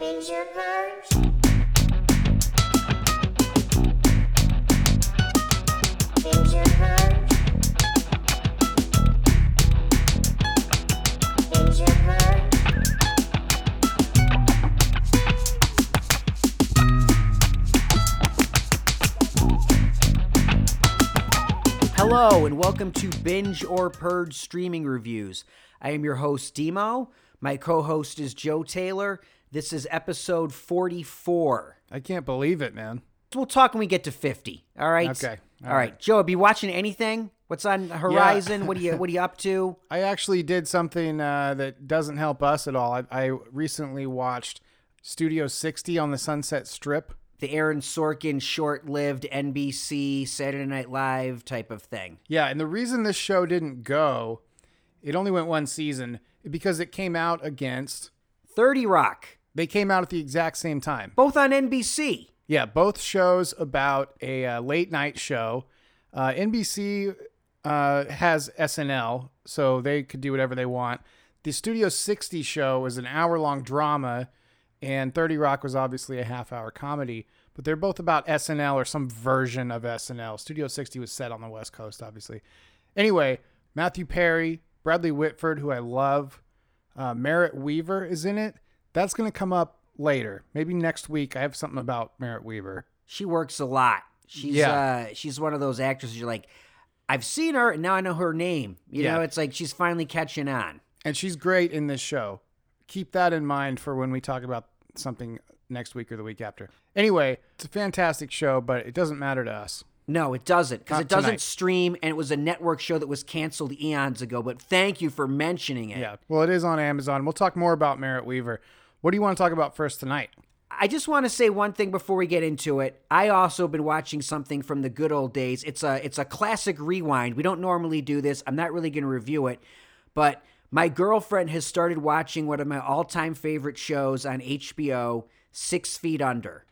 Ranger Bird. Ranger Bird. Ranger Bird. Hello, and welcome to Binge or Purge Streaming Reviews. I am your host, Demo. My co host is Joe Taylor. This is episode 44. I can't believe it, man. We'll talk when we get to 50. All right. Okay, All all right. Joe, have you watching anything? What's on the horizon? What are you what are you up to? I actually did something uh, that doesn't help us at all. I, I recently watched Studio 60 on the Sunset Strip. The Aaron Sorkin short lived NBC Saturday Night Live type of thing. Yeah, and the reason this show didn't go, it only went one season because it came out against. 30 Rock. They came out at the exact same time. Both on NBC. Yeah, both shows about a uh, late night show. Uh, NBC uh, has SNL, so they could do whatever they want. The Studio 60 show is an hour long drama, and 30 Rock was obviously a half hour comedy, but they're both about SNL or some version of SNL. Studio 60 was set on the West Coast, obviously. Anyway, Matthew Perry, Bradley Whitford, who I love, uh, Merritt Weaver is in it. That's going to come up later, maybe next week. I have something about Merritt Weaver. She works a lot. She's Yeah. uh she's one of those actresses you're like, I've seen her and now I know her name. You Yeah. know, it's like she's finally catching on. And she's great in this show. Keep that in mind for when we talk about something next week or the week after. Anyway, it's a fantastic show, but it doesn't matter to us. No, it doesn't because Not it doesn't tonight. stream and it was a network show that was canceled eons ago, but thank you for mentioning it. Yeah. Well, it is on Amazon. We'll talk more about Merritt Weaver. What do you want to talk about first tonight? I just want to say one thing before we get into it. I also been watching something from the good old days. It's a it's a classic rewind. We don't normally do this. I'm not really going to review it, but my girlfriend has started watching one of my all-time favorite shows on HBO, 6 Feet Under.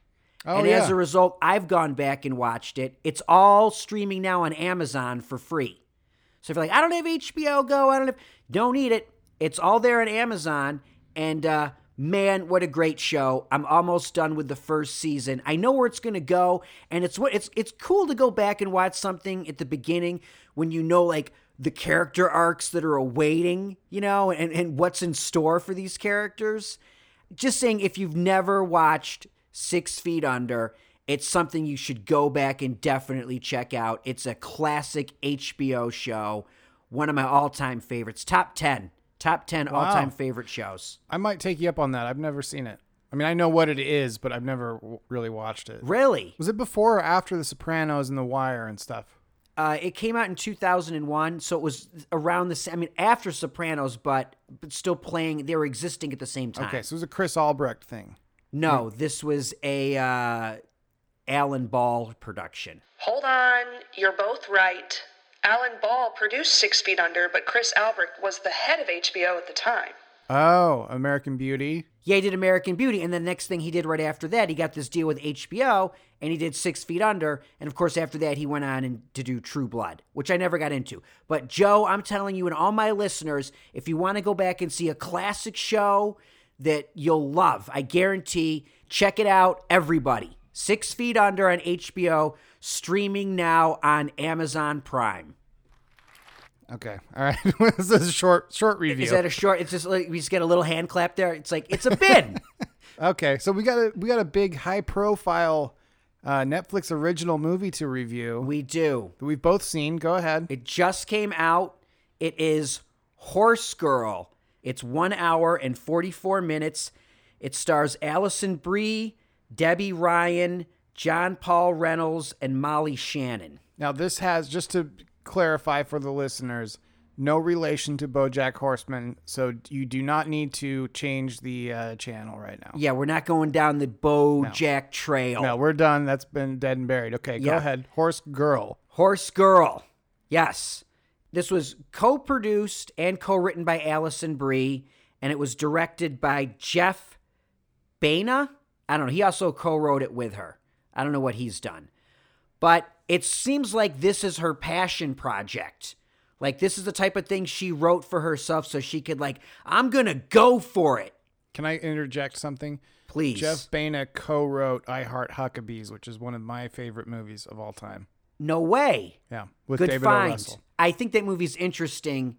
Oh, and yeah. as a result, I've gone back and watched it. It's all streaming now on Amazon for free. So if you're like, I don't have HBO Go, I don't have, don't need it. It's all there on Amazon. And uh, man, what a great show! I'm almost done with the first season. I know where it's gonna go, and it's what it's it's cool to go back and watch something at the beginning when you know like the character arcs that are awaiting, you know, and and what's in store for these characters. Just saying, if you've never watched Six Feet Under, it's something you should go back and definitely check out. It's a classic HBO show, one of my all time favorites, top 10, top 10 all time favorite shows. I might take you up on that. I've never seen it. I mean, I know what it is, but I've never w- really watched it. Really? Was it before or after The Sopranos and The Wire and stuff? Uh, it came out in 2001, so it was around the same, I mean, after Sopranos, but, but still playing, they were existing at the same time. Okay, so it was a Chris Albrecht thing. No, this was a uh, Alan Ball production. Hold on, you're both right. Alan Ball produced Six Feet Under, but Chris Albrecht was the head of HBO at the time. Oh, American Beauty. Yeah, he did American Beauty, and the next thing he did right after that, he got this deal with HBO, and he did Six Feet Under, and of course after that, he went on and to do True Blood, which I never got into. But Joe, I'm telling you, and all my listeners, if you want to go back and see a classic show that you'll love, I guarantee, check it out, everybody. Six Feet Under on HBO, streaming now on Amazon Prime. Okay, all right. this is a short short review. Is that a short? It's just like we just get a little hand clap there. It's like it's a bin. okay, so we got a we got a big high profile uh, Netflix original movie to review we do. that we've both seen. Go ahead. It just came out. It is Horse Girl. It's one hour and 44 minutes. It stars Allison Brie, Debbie Ryan, John Paul Reynolds, and Molly Shannon. Now this has just to clarify for the listeners, no relation to BoJack Horseman, so you do not need to change the uh, channel right now. Yeah, we're not going down the BoJack trail. No, we're done. That's been dead and buried. Okay, go Yeah. ahead. Horse Girl. Horse Girl. Yes. This was co produced and co written by Allison Brie, and it was directed by Jeff Baina. I don't know. He also co wrote it with her. I don't know what he's done. But it seems like this is her passion project. Like, this is the type of thing she wrote for herself so she could, like, I'm going to go for it Can I interject something? Please. Jeff Baina co-wrote I Heart Huckabees, which is one of my favorite movies of all time. no way. Yeah, with Good David O. find. Russell. I think that movie's interesting.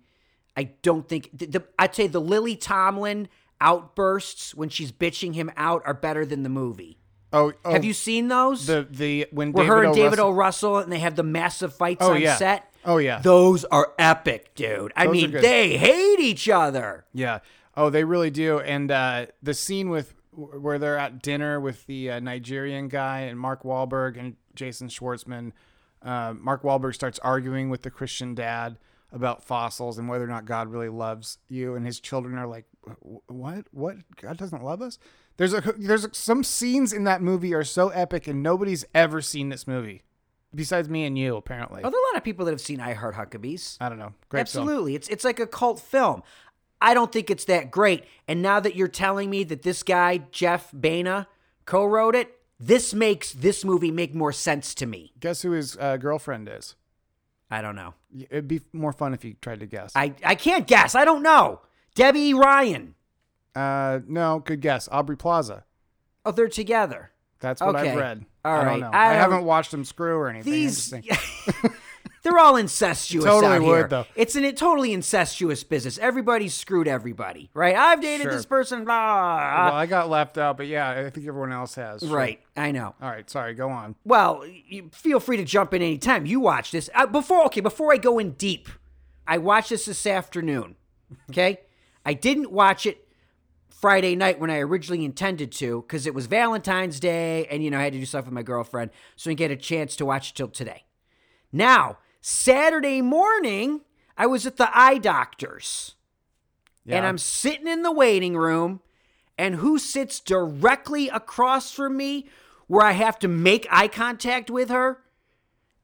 I don't think the, the I'd say the Lily Tomlin outbursts when she's bitching him out are better than the movie. Oh, oh, Have you seen those? the the when Where David her and O. David Russell, O. Russell and they have the massive fights Oh, on yeah. set. Oh, yeah. Those are epic, dude. I Those are mean, good. they hate each other. Yeah. Oh, they really do. And uh, the scene with where they're at dinner with the uh, Nigerian guy and Mark Wahlberg and Jason Schwartzman. Uh, Mark Wahlberg starts arguing with the Christian dad about fossils and whether or not God really loves you, and his children are like, "Wh- "What? What? God doesn't love us?" There's a there's a, some scenes in that movie are so epic, and nobody's ever seen this movie besides me and you, apparently. Well, there are a lot of people that have seen I Heart Huckabees. I don't know. Great film. Absolutely. It's it's like a cult film. I don't think it's that great. And now that you're telling me that this guy, Jeff Baina, co-wrote it, this makes this movie make more sense to me. Guess who his uh, girlfriend is? I don't know. It'd be more fun if you tried to guess. I, I can't guess. I don't know. Debbie E. Ryan. Uh, no, good guess. Aubrey Plaza. Oh, they're together. That's what Okay. I've read. All I right. don't know. I I, don't- haven't watched them screw or anything. I'm just These saying- they're all incestuous. Totally out would, here. though. It's an it, totally incestuous business. Everybody's screwed everybody, right? I've dated Sure. this person, blah. well, I got left out, but yeah, I think everyone else has. Sure. right. I know. All right. Sorry. Go on. Well, you feel free to jump in anytime. You watch this uh, before. Okay, before I go in deep, I watched this this afternoon. Okay, I didn't watch it Friday night when I originally intended to because it was Valentine's Day, and you know I had to do stuff with my girlfriend, so I didn't get a chance to watch it till today. Now Saturday morning, I was at the eye doctor's, Yeah. and I'm sitting in the waiting room, and who sits directly across from me where I have to make eye contact with her?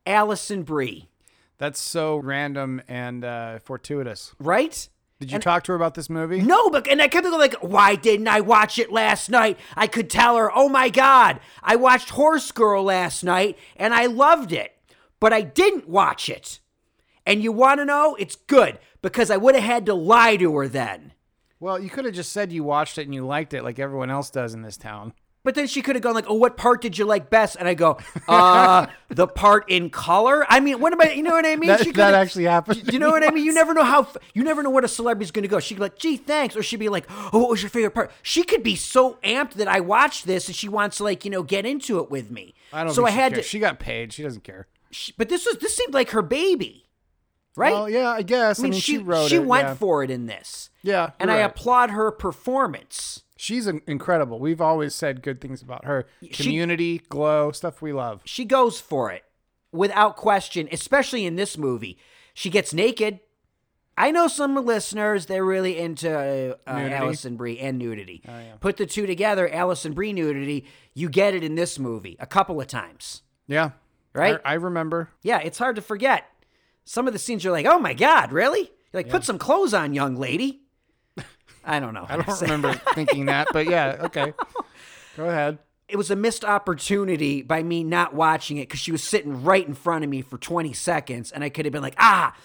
Allison Brie, That's so random and uh, fortuitous. right? Did you talk to her about this movie? No, but and I kept going like, why didn't I watch it last night? I could tell her, oh my god, I watched Horse Girl last night and I loved it, but I didn't watch it. And you want to know? It's good because I would have had to lie to her then. Well, you could have just said you watched it and you liked it, like everyone else does in this town. But then she could have gone like, "Oh, what part did you like best?" And I go, "Uh, the part in color." I mean, what am I? You know what I mean? That- she could have- that actually happened You, to know me what I mean? You never know how. f- You never know what a celebrity's going to go. She'd be like, "Gee, thanks," or she'd be like, "Oh, what was your favorite part?" She could be so amped that I watched this and she wants to like you know get into it with me. I don't. So think I she had cares. to. She got paid. She doesn't care. she- but this was this seemed like her baby, right? Well, yeah, I guess. I mean, she, she wrote she it. went yeah. for it in this, Yeah, and you're I right. applaud her performance. She's in- incredible. We've always said good things about her. She- Community, glow, stuff we love. she goes for it without question, especially in this movie. She gets naked. I know some listeners, they're really into uh, uh, Nudity? Oh, Allison Brie and nudity. Put the two together, Allison Brie nudity, you get it in this movie a couple of times. Yeah. Right? I, I remember. Yeah, it's hard to forget. Some of the scenes you're like, oh my God, really? You're like, put some clothes on, young lady. I don't know. I don't remember thinking that, but yeah, okay. Go ahead. it was a missed opportunity by me not watching it because she was sitting right in front of me for 20 seconds and I could have been like, ah,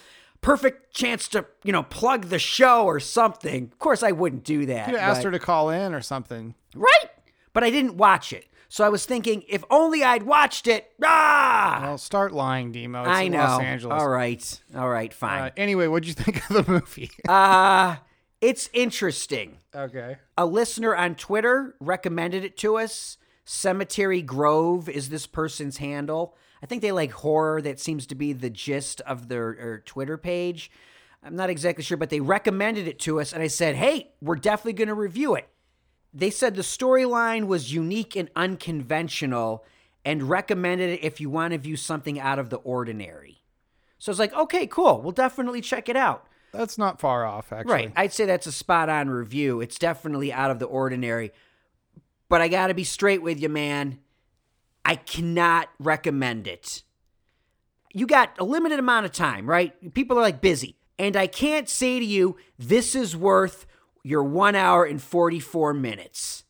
perfect chance to, you know, plug the show or something. Of course, I wouldn't do that. Could have asked but- her to call in or something. Right. But I didn't watch it. So I was thinking, if only I'd watched it. Ah, Well, start lying, Demo. It's I in know. Los Angeles. All right. All right. Uh, Fine. anyway, what'd you think of the movie? Uh, it's interesting. okay. a listener on Twitter recommended it to us. Cemetery Grove is this person's handle. I think they like horror. That seems to be the gist of their er, Twitter page. I'm not exactly sure, but they recommended it to us. And I said, hey, we're definitely going to review it. They said the storyline was unique and unconventional and recommended it if you want to view something out of the ordinary. So I was like, okay, cool. We'll definitely check it out. That's not far off, actually. Right. I'd say that's a spot on review. It's definitely out of the ordinary. But I got to be straight with you, man. I cannot recommend it. You got a limited amount of time, right? People are like busy. And I can't say to you, this is worth your one hour and 44 minutes.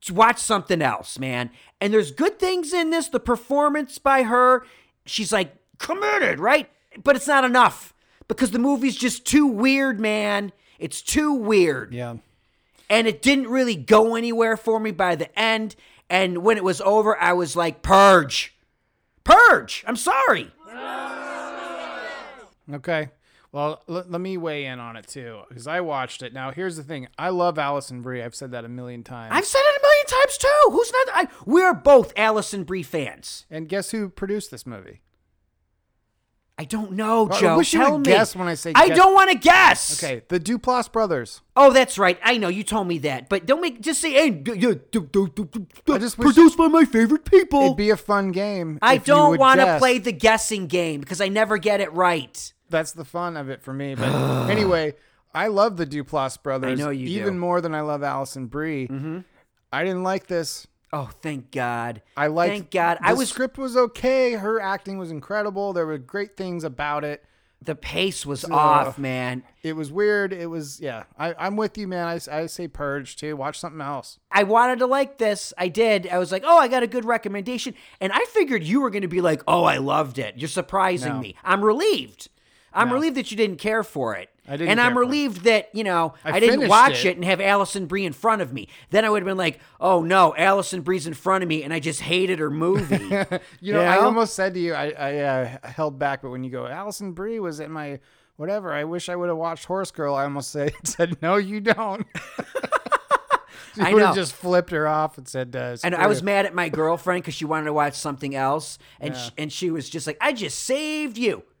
Just watch something else, man. And there's good things in this. The performance by her, she's like committed, right? But it's not enough because the movie's just too weird, man. It's too weird. Yeah. and it didn't really go anywhere for me by the end. And when it was over, I was like, "Purge, purge." I'm sorry. Okay. Well, l- let me weigh in on it too, because I watched it. Now, here's the thing: I love Allison Brie. I've said that a million times. I've said it a million times too. Who's not? I, we're both Allison Brie fans. and guess who produced this movie? I don't know, Well, I Joe. wish you Tell would me. guess when I say I guess. don't want to guess. Okay, the Duplass brothers. Oh, that's right. I know you told me that, but don't make just say hey, d- d- d- d- d- d- I just wish- produced by my favorite people. It'd be a fun game. I if you don't would want to guess. play the guessing game because I never get it right. That's the fun of it for me. But anyway, I love the Duplass brothers. know you even do. Mm-hmm. more than I love Allison Brie. I didn't like this. Oh, thank God. I liked. Thank God. The I was script was okay. Her acting was incredible. There were great things about it. the pace was off, man. It was weird. It was yeah. I, I'm with you, man. I, I say purge too. Watch something else. I wanted to like this. I did. I was like, "Oh, I got a good recommendation." And I figured you were going to be like, "Oh, I loved it." You're surprising No. me. I'm relieved. I'm relieved that you didn't care for it. I didn't and I'm care for it. relieved that, you know, I I, didn't finished watch it. it. and have Allison Brie in front of me. Then I would have been like, oh no, Allison Brie's in front of me and I just hated her movie. You know, I Yeah. almost said to you, I, I uh, held back, but when you go, Allison Brie was in my whatever. I wish I would have watched Horse Girl. I almost said, said no, you don't. you I would know. have just flipped her off and said, uh, and I was mad at my girlfriend because she wanted to watch something else. And, sh- and she was just like, I just saved you.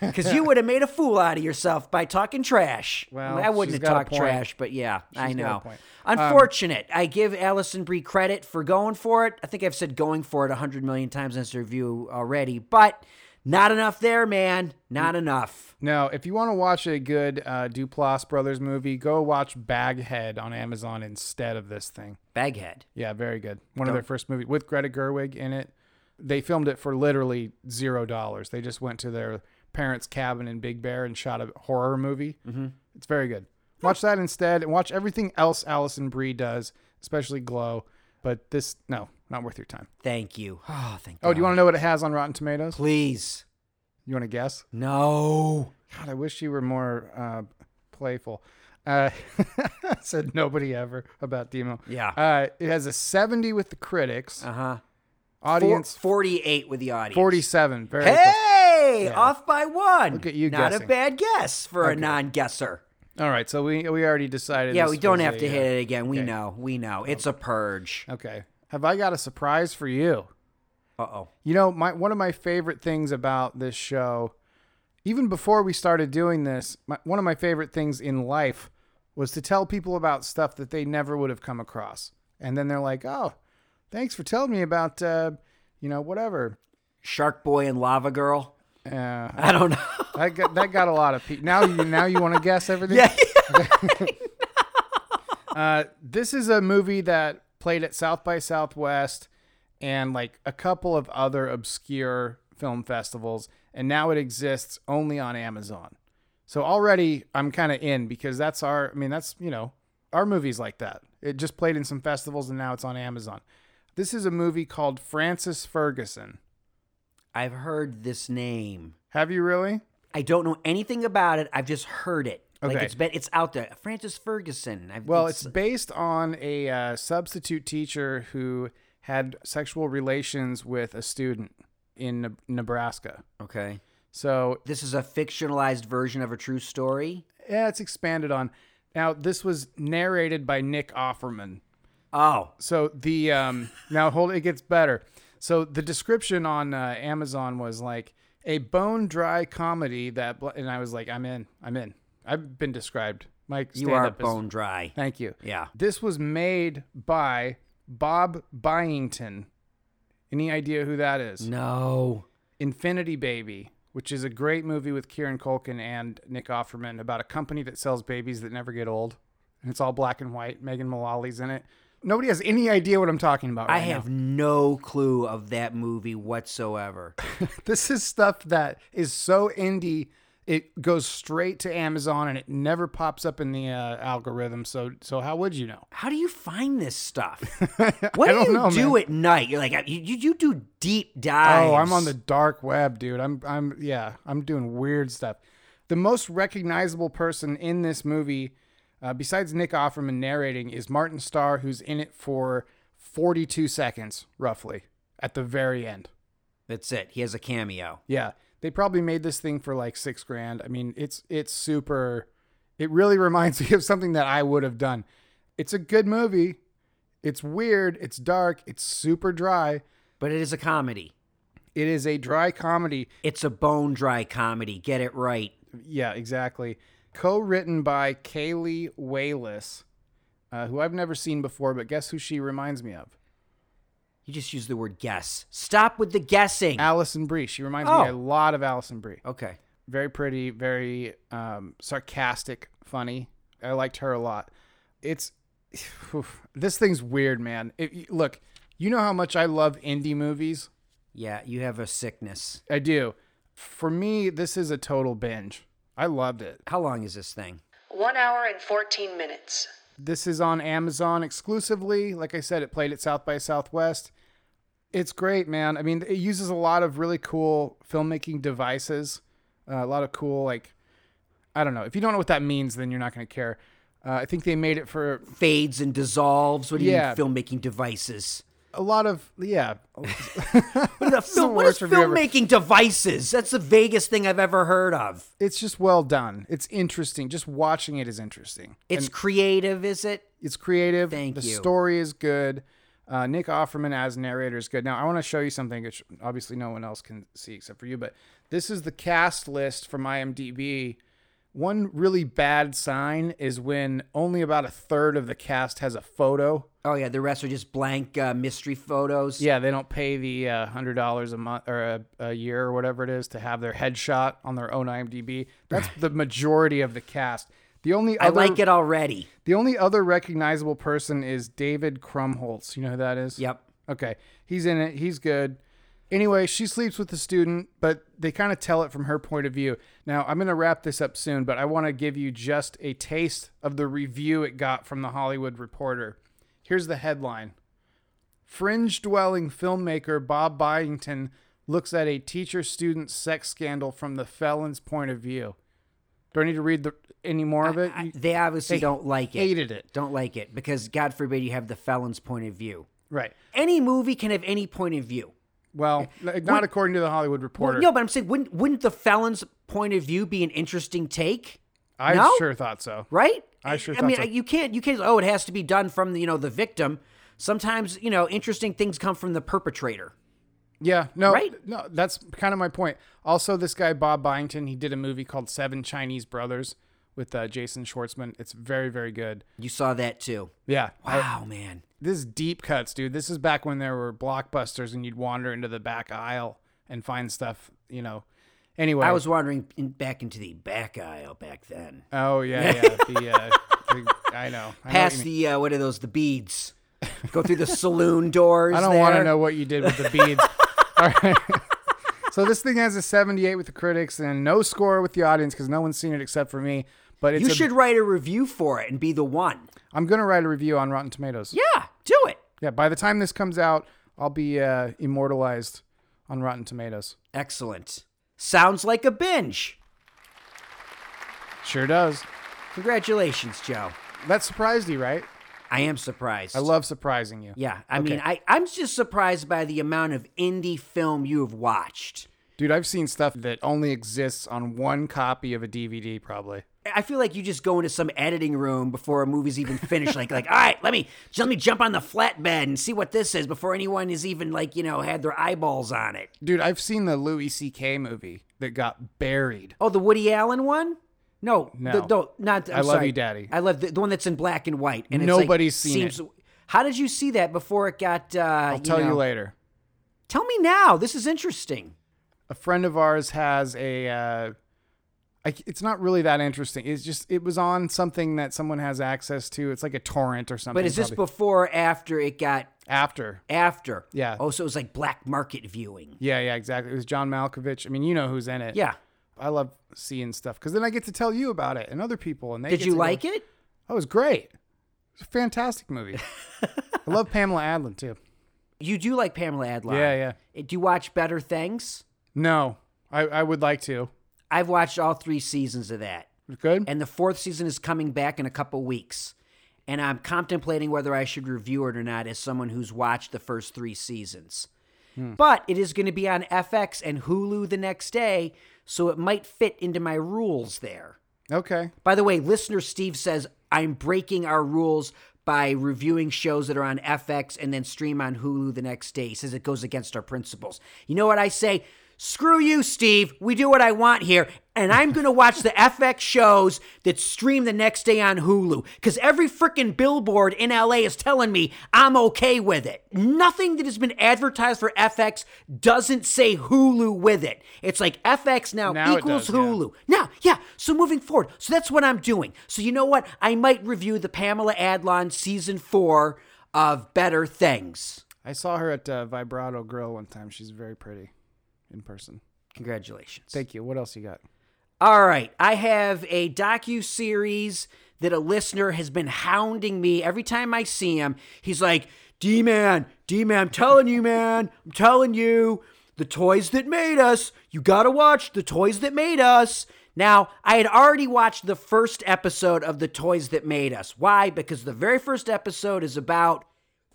Because you would have made a fool out of yourself by talking trash. Well, I wouldn't have she's got a talked point. trash, but yeah, I got a know. point. Um, Unfortunate. I give Allison Brie credit for going for it. I think I've said going for it a hundred million times in this review already, but not enough there, man. Mm. Not enough. No, if you want to watch a good uh, Duplass Brothers movie, go watch Baghead on Amazon instead of this thing. Baghead. Yeah, very good. One of their first movies with Greta Gerwig in it. They filmed it for literally zero dollars. They just went to their parents' cabin in Big Bear and shot a horror movie. Mm-hmm. It's very good. Watch that instead and watch everything else Allison Brie does, especially Glow. But this, no, not worth your time. Thank you. Oh, thank Oh, do you want to know what it has on Rotten Tomatoes? Please. You want to guess? No. God, I wish you were more uh, playful. Uh, said nobody ever about Demo. Yeah. Uh, it has a 70 with the critics. Uh huh. Audience 48 with the audience. 47. Very close. Hey, off by one. Look at you Not guessing. a bad guess for a non-guesser. All right, so we we already decided. Yeah, this we don't was have a, to uh, hit it again. We okay. Oh. know. We know. It's a purge. Okay. Have I got a surprise for you? Uh-oh. You know, my one of my favorite things about this show, even before we started doing this, my, one of my favorite things in life was to tell people about stuff that they never would have come across, and then they're like, "Oh, thanks for telling me about, uh, you know, whatever." Shark Boy and Lava Girl. Uh, I don't know. that got, that got a lot of people. Now you now you want to guess everything. yeah. Uh, this is a movie that played at South by Southwest and like a couple of other obscure film festivals, and now it exists only on Amazon. So already I'm kind of in because that's our, I mean, that's, you know, our movies like that. It just played in some festivals and now it's on Amazon. This is a movie called Francis Ferguson. I've heard this name. Have you really? I don't know anything about it. I've just heard it. Like Okay. it's been, it's out there. Francis Ferguson. I've, Well, it's based on a uh, substitute teacher who had sexual relations with a student in Neb- Nebraska. okay. So, This is a fictionalized version of a true story. yeah, it's expanded on. Now, this was narrated by Nick Offerman. Oh, So, the um now hold it gets better. So, the description on uh, Amazon was like a bone dry comedy that bl- and I was like, I'm in. I'm in. I've been described. Mike you are stand-up is- bone dry. Thank you. Yeah. This was made by Bob Byington. Any idea who that is? No. Infinity Baby, which is a great movie with Kieran Culkin and Nick Offerman about a company that sells babies that never get old. And it's all black and white. Megan Mullally's in it. Nobody has any idea what I'm talking about. I right now. have no clue of that movie whatsoever. This is stuff that is so indie. It goes straight to Amazon and it never pops up in the uh, algorithm. So, so how would you know? How do you find this stuff? I What don't do you know, do man. at night? You're like uh, you, you, you do deep dives. Oh, I'm on the dark web, dude. I'm I'm yeah, I'm doing weird stuff. The most recognizable person in this movie Uh, besides Nick Offerman narrating, is Martin Starr, who's in it for 42 seconds, roughly, at the very end. That's it. He has a cameo. Yeah, they probably made this thing for like six grand. I mean, it's it's super. It really reminds me of something that I would have done. It's a good movie. It's weird. It's dark. It's super dry. But it is a comedy. It is a dry comedy. It's a bone dry comedy. Get it right. Yeah, exactly. Co-written by Kaylee Wayless, uh, who I've never seen before, but guess who she reminds me of? You just use the word guess. Stop with the guessing. Allison Brie. She reminds me Mm. Oh. a lot of Allison Brie. okay. very pretty, very um, sarcastic, funny. I liked her a lot. It's this thing's weird, man. It, you- look, you know how much I love indie movies. Yeah, you have a sickness. I do. For me, this is a total binge. I loved it. How long is this thing? One hour and 14 minutes. This is on Amazon exclusively. Like I said, it played at South by Southwest. It's great, man. I mean, it uses a lot of really cool filmmaking devices, uh, a lot of cool, like, I don't know. If you don't know what that means, then you're not going to care. Uh, I think they made it for Fades and dissolves. What do Yeah. you mean filmmaking devices? a lot of, yeah. What, are the fil- what is worst review ever. filmmaking devices? That's the vaguest thing I've ever heard of. it's just well done. It's interesting. Just watching it is interesting. It's creative, is it? It's creative. Thank the you. story is good. Uh, Nick Offerman as narrator is good. Now, I want to show you something which obviously no one else can see except for you, but this is the cast list from IMDb. One really bad sign is when only about a third of the cast has a photo. Oh yeah, the rest are just blank uh, mystery photos. Yeah, they don't pay the uh, hundred dollars a month or a, a year or whatever it is to have their headshot on their own IMDb. That's the majority of the cast. The only I other, like it already. The only other recognizable person is David Krumholtz. You know who that is? Yep. Okay. He's in it. He's good. Anyway, she sleeps with the student, but they kind of tell it from her point of view. Now, I'm going to wrap this up soon, but I want to give you just a taste of the review it got from the Hollywood Reporter. Here's the headline Fringe dwelling filmmaker Bob Byington looks at a teacher student sex scandal from the felon's point of view. Do I need to read the, any more of it? I- You they obviously they don't like it. hated it. Don't like it because God forbid you have the felon's point of view. Right. Any movie can have any point of view. Well, like, not according to the Hollywood Reporter. No, but I'm saying wouldn't wouldn't the felon's point of view be an interesting take? I no? sure thought so. Right? I sure I thought mean, so. you can't you can't oh, it has to be done from the, you know, the victim. Sometimes, you know, interesting things come from the perpetrator. Yeah, no, Right? no, that's kind of my point. Also, this guy Bob Byington, he did a movie called Seven Chinese Brothers with uh, Jason Schwartzman. It's very, very good. You saw that too. Yeah, I- Wow, man. this is deep cuts, dude. This is back when there were blockbusters and you'd wander into the back aisle and find stuff. You know. Anyway, I was wandering in, back into the back aisle back then. Oh yeah, yeah. the, uh, the, I know. I know what Past you mean. the uh, what are those? The beads. Go through the saloon doors. I don't want to there. know what you did with the beads. All right. So this thing has a 78 with the critics and no score with the audience because no one's seen it except for me. But it's You a- should write a review for it and be the one. I'm gonna write a review on Rotten Tomatoes. Yeah, do it. Yeah, by the time this comes out, I'll be uh, immortalized on Rotten Tomatoes. Excellent. Sounds like a binge. Sure does. Congratulations, Joe. That surprised you, right? I am surprised. I love surprising you. Yeah, I Okay. mean, I, I'm just surprised by the amount of indie film you have watched. Dude, I've seen stuff that only exists on one copy of a DVD, probably. I feel like you just go into some editing room before a movie's even finished. like, like, all right, let me just let me jump on the flatbed and see what this is before anyone has even like you know had their eyeballs on it. Dude, I've seen the Louis C.K. movie that got buried. Oh, the Woody Allen one? No, No. the- no, not. I'm I Love sorry. You, Daddy. I love the, the one that's in black and white. And it's like- Nobody's seen seems, How did you see that before it got? Uh, I'll tell you know- later. Tell me now. This is interesting. a friend of ours has a uh, I, it's not really that interesting it's just it was on something that someone has access to it's like a torrent or something But is this probably. before, or after it got? after After. Yeah. Oh, so it was like black market viewing. yeah yeah exactly it was john malkovich i mean you know who's in it Yeah. i love seeing stuff because then i get to tell you about it and other people and they Did you like it? oh, it was great it's a fantastic movie i love pamela adlon too You do like Pamela Adlon. yeah yeah Do you watch Better Things? no i, I would like to I've watched all three seasons of that. It's Good. and the fourth season is coming back in a couple weeks. And I'm contemplating whether I should review it or not as someone who's watched the first three seasons. Hmm. But it is going to be on FX and Hulu the next day, so it might fit into my rules there. okay. By the way, listener Steve says, I'm breaking our rules by reviewing shows that are on FX and then stream on Hulu the next day. He says it goes against our principles. You know what I say? Screw you, Steve. We do what I want here. And I'm going to watch the FX shows that stream the next day on Hulu because every freaking billboard in LA is telling me I'm okay with it. Nothing that has been advertised for FX doesn't say Hulu with it. It's like FX now, Now it equals does, yeah. Hulu. Now, yeah. So moving forward, so that's what I'm doing. So you know what? I might review the Pamela Adlon season four of Better Things. I saw her at uh, Vibrato Grill one time. She's very pretty in person. Congratulations. Thank you. What else you got? All right, I have a docu series that a listener has been hounding me every time I see him. He's like, "D man, D man, I'm telling you, man, I'm telling you, the toys that made us. You gotta watch the toys that made us." Now, I had already watched the first episode of The Toys That Made Us. Why? Because the very first episode is about.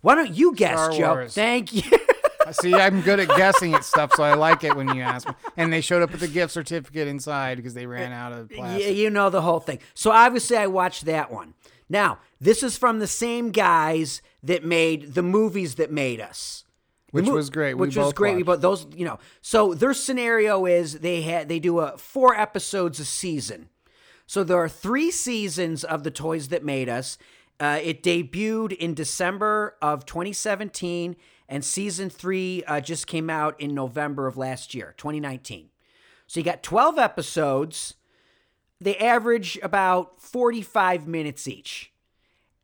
Why don't you guess, Star Joe? Wars. Thank you. See, I'm good at guessing at stuff, so I like it when you ask me. And they showed up with a gift certificate inside because they ran out of Uh, Yeah, plastic. you know the whole thing. So obviously, I watched that one. Now, this is from the same guys that made the movies that made us, The Which was great. We Which was both great. We both watched. those, you know. So their scenario is they had they do a four episodes a season. So there are three seasons of the toys that made us. Uh, it debuted in December of 2017, and season three uh, just came out in November of last year, 2019. So you got 12 episodes. They average about 45 minutes each.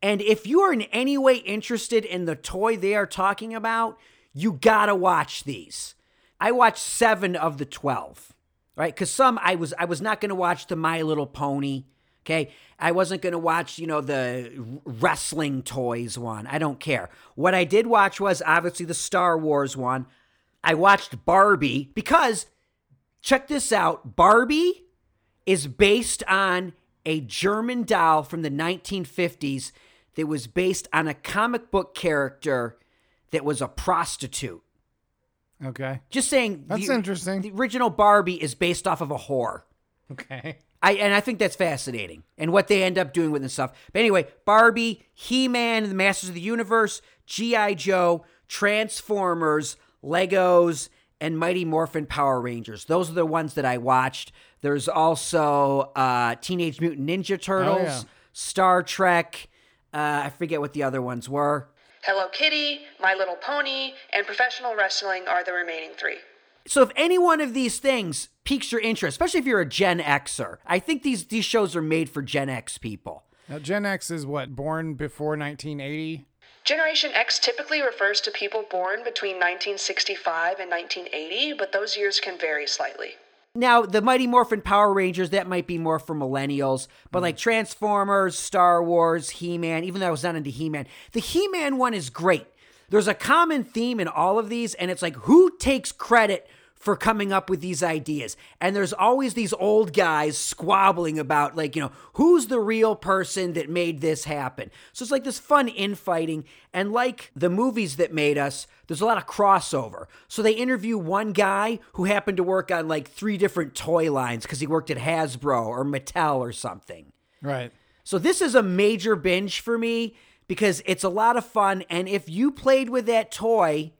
And if you are in any way interested in the toy they are talking about, you gotta watch these. I watched seven of the 12, right? Because some I was I was not gonna watch the My Little Pony. Okay, I wasn't gonna watch you know the wrestling toys one. I don't care. What I did watch was obviously the Star Wars one. I watched Barbie because check this out Barbie is based on a German doll from the 1950s that was based on a comic book character that was a prostitute. Okay. Just saying, That's the, interesting. the original Barbie is based off of a whore. Okay. I and I think that's fascinating and what they end up doing with this stuff. But anyway, Barbie, He-Man, and the Masters of the Universe, G.I. Joe, Transformers, Legos, and Mighty Morphin Power Rangers. Those are the ones that I watched. There's also uh, Teenage Mutant Ninja Turtles, yeah. Star Trek. Uh, I forget what the other ones were. Hello Kitty, My Little Pony, and professional wrestling are the remaining three. So if any one of these things piques your interest, especially if you're a Gen Xer, I think these these shows are made for Gen X people. Now, Gen X is what? Born before 1980? Generation X typically refers to people born between 1965 and 1980, but those years can vary slightly. Now, the Mighty Morphin Power Rangers, that might be more for millennials, but like Transformers, Star Wars, He Man, even though I was not into He Man, the He Man one is great. There's a common theme in all of these, and it's like who takes credit for coming up with these ideas? And there's always these old guys squabbling about, like, you know, who's the real person that made this happen? So it's like this fun infighting. And like the movies that made us, there's a lot of crossover. So they interview one guy who happened to work on like three different toy lines because he worked at Hasbro or Mattel or something. Right. So this is a major binge for me because it's a lot of fun. And if you played with that toy,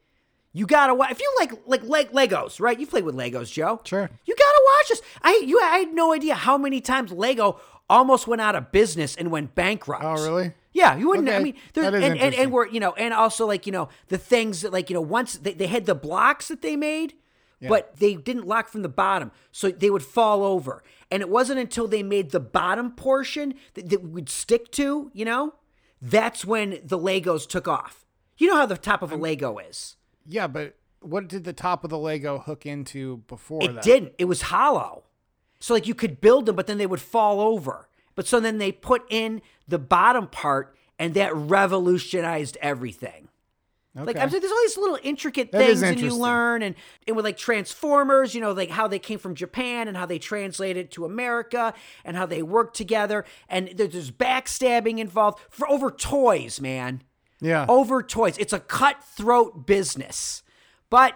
you gotta watch. If you like like like Legos, right? You played with Legos, Joe. Sure. You gotta watch this. I you I had no idea how many times Lego almost went out of business and went bankrupt. Oh, really? Yeah, you wouldn't. I Okay, mean, there, that is and, and and interesting. we're you know, and also like you know the things that like you know once they, they had the blocks that they made, but they didn't lock from the bottom, so they would fall over. And it wasn't until they made the bottom portion that, that would stick to, you know, that's when the Legos took off. You know how the top of a Lego is. Yeah, but what did the top of the Lego hook into before It that? didn't. It was hollow. So like you could build them, but then they would fall over. But so then they put in the bottom part, and that revolutionized everything. Like Okay. I'm saying, there's all these little intricate That is things and you interesting. learn, and and with like Transformers, you know, like how they came from Japan and how they translated to America and how they worked together, and there- there's backstabbing involved for over toys, man, Yeah. over toys. It's a cutthroat business, but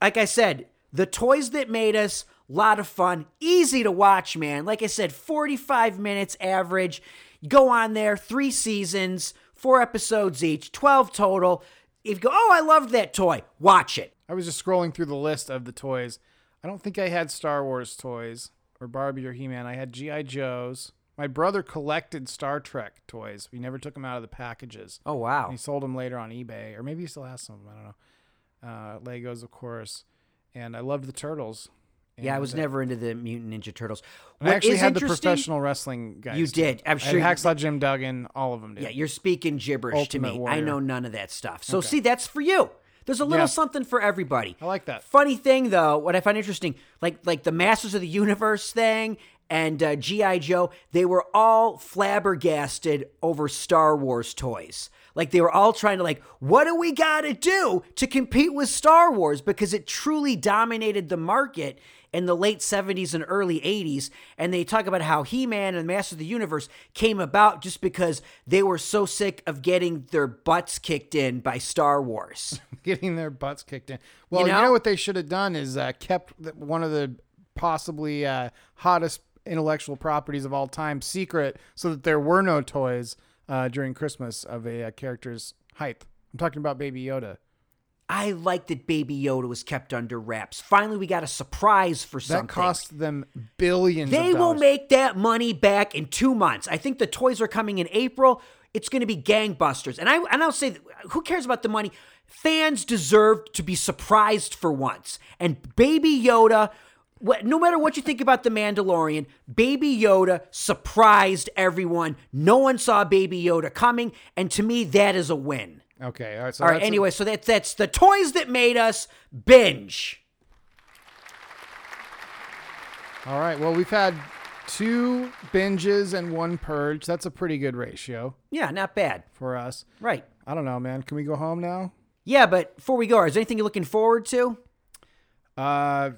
like I said, the toys that made us, lot of fun, easy to watch, man. Like I said, 45 minutes average. Go on there, three seasons, four episodes each, 12 total. If you go, oh, I loved that toy, watch it. I was just scrolling through the list of the toys. I don't think I had Star Wars toys or Barbie or He Man. I had G.I. Joe's. My brother collected Star Trek toys. We never took them out of the packages. Oh, wow. He sold them later on eBay, or maybe he still has some. of 'em, I don't know. Uh, Legos, of course. And I loved the Turtles. Yeah, I And, was uh, never into the Mutant Ninja Turtles. and I What actually is had the interesting- professional wrestling guys. You too. did. I'm I had sure you- Hacksaw Jim Duggan, all of them did. Yeah, you're speaking gibberish Ultimate to me. I Warrior. know none of that stuff. So see, that's for you. There's a little Yeah. something for everybody. I like that. Funny thing though, what I find interesting, like like the Masters of the Universe thing and uh, GI Joe, they were all flabbergasted over Star Wars toys. Like they were all trying to like, what do we got to do to compete with Star Wars because it truly dominated the market in the late 70s and early 80s and they talk about how He-Man and Masters of the Universe came about just because they were so sick of getting their butts kicked in by Star Wars. getting their butts kicked in. Well, You you know, know? what they should have done is uh, kept the, one of the possibly uh, hottest intellectual properties of all time secret, so that there were no toys uh, during Christmas of a uh, character's height. I'm talking about Baby Yoda. I like that Baby Yoda was kept under wraps. Finally, we got a surprise for That something. cost them billions. they of will dollars. make that money back in two months. I think the toys are coming in April. It's going to be gangbusters. And I and I'll say, who cares about the money? Fans deserve to be surprised for once. And Baby Yoda. wh- No matter what you think about The Mandalorian, Baby Yoda surprised everyone. No one saw Baby Yoda coming, and to me, that is a win. Okay, all right. So All right. that's a- Anyway, so that's that's the toys that made us binge. all right. Well, we've had two binges and one purge. That's a pretty good ratio Yeah, not bad. for us. Right. I don't know, man. Can we go home now? Yeah, but before we go, is there anything you're looking forward to? Uh,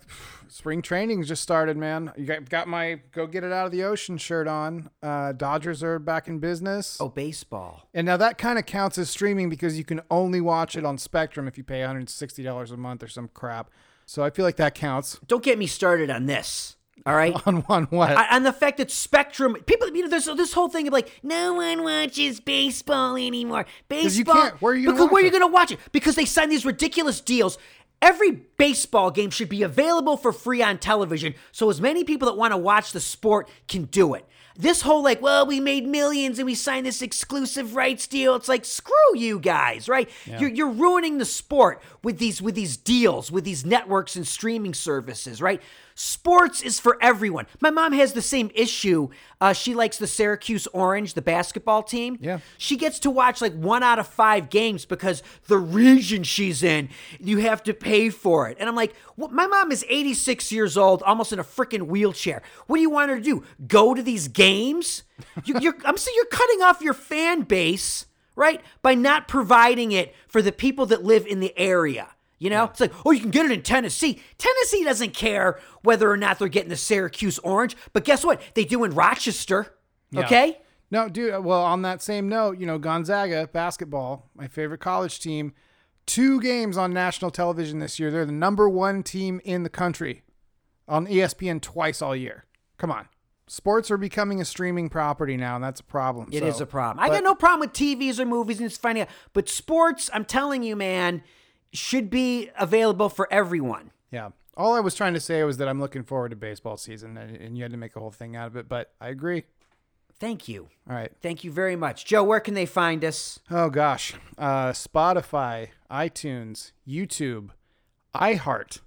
spring training's just started, man. You got, got my go get it out of the ocean shirt on. Uh, Dodgers are back in business. Oh, baseball. And now that kind of counts as streaming because you can only watch it on Spectrum if you pay $160 a month or some crap. So I feel like that counts Don't get me started on this. All right. on one what? I- on the fact that Spectrum people, you know, there's this whole thing of like no one watches baseball anymore. you Baseball. can't- where are you gonna Because where are watch you it? going to watch it? Because they sign these ridiculous deals. Every baseball game should be available for free on television, so as many people that want to watch the sport can do it. This whole like, well, we made millions and we signed this exclusive rights deal. It's like, screw you guys, right? You're, you're ruining the sport with these with these deals, with these networks and streaming services, right? Sports is for everyone. My mom has the same issue. Uh, she likes the Syracuse Orange, the basketball team. Yeah. She gets to watch like one out of five games because the region she's in, you have to pay for it. And I'm like, what? my mom is 86 years old, almost in a freaking wheelchair. What do you want her to do? Go to these games? You, you're, I'm saying you're cutting off your fan base, right? By not providing it for the people that live in the area. You know, it's like, oh, you can get it in Tennessee. Tennessee doesn't care whether or not they're getting the Syracuse orange, but guess what? They do in Rochester. Okay? No, dude. uh, Well, on that same note, you know, Gonzaga basketball, my favorite college team, two games on national television this year. They're the number one team in the country on E ESPN twice all year. Come on. Sports are becoming a streaming property now, and that's a problem. It is a problem. I got no problem with TVs or movies and it's finding out, but sports, I'm telling you, man, should be available for everyone. Yeah. All I was trying to say was that I'm looking forward to baseball season, and, and you had to make a whole thing out of it, but I agree. Thank you. All right. Thank you very much. Joe, where can they find us? Oh gosh, uh, Spotify, iTunes, YouTube, iHeart.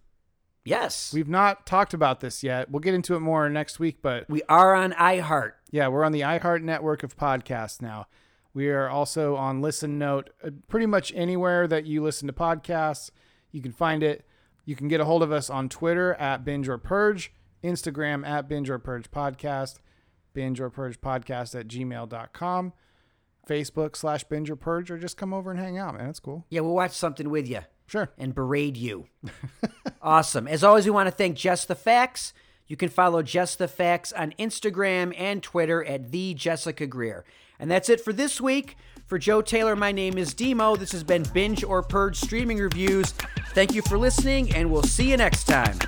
Yes. We, We've not talked about this yet. We'll get into it more next week, but are on iHeart. yeah, we're on the iHeart network of podcasts now. We are also on Listen Note, uh, pretty much anywhere that you listen to podcasts. You can find it. You can get a hold of us on Twitter at Binge or Purge, Instagram at Binge or Purge Podcast, Binge or Purge Podcast at gmail.com. Facebook slash binge or purge, or just come over and hang out, man. It's cool. Yeah, we'll watch something with you Sure. and berate you. awesome. As always, we want to thank Just the Facts. You can follow Just the Facts on Instagram and Twitter at the Jessica Greer. And that's it for this week. For Joe Taylor, my name is Demo. This has been Binge or Purge Streaming Reviews. Thank you for listening, and we'll see you next time.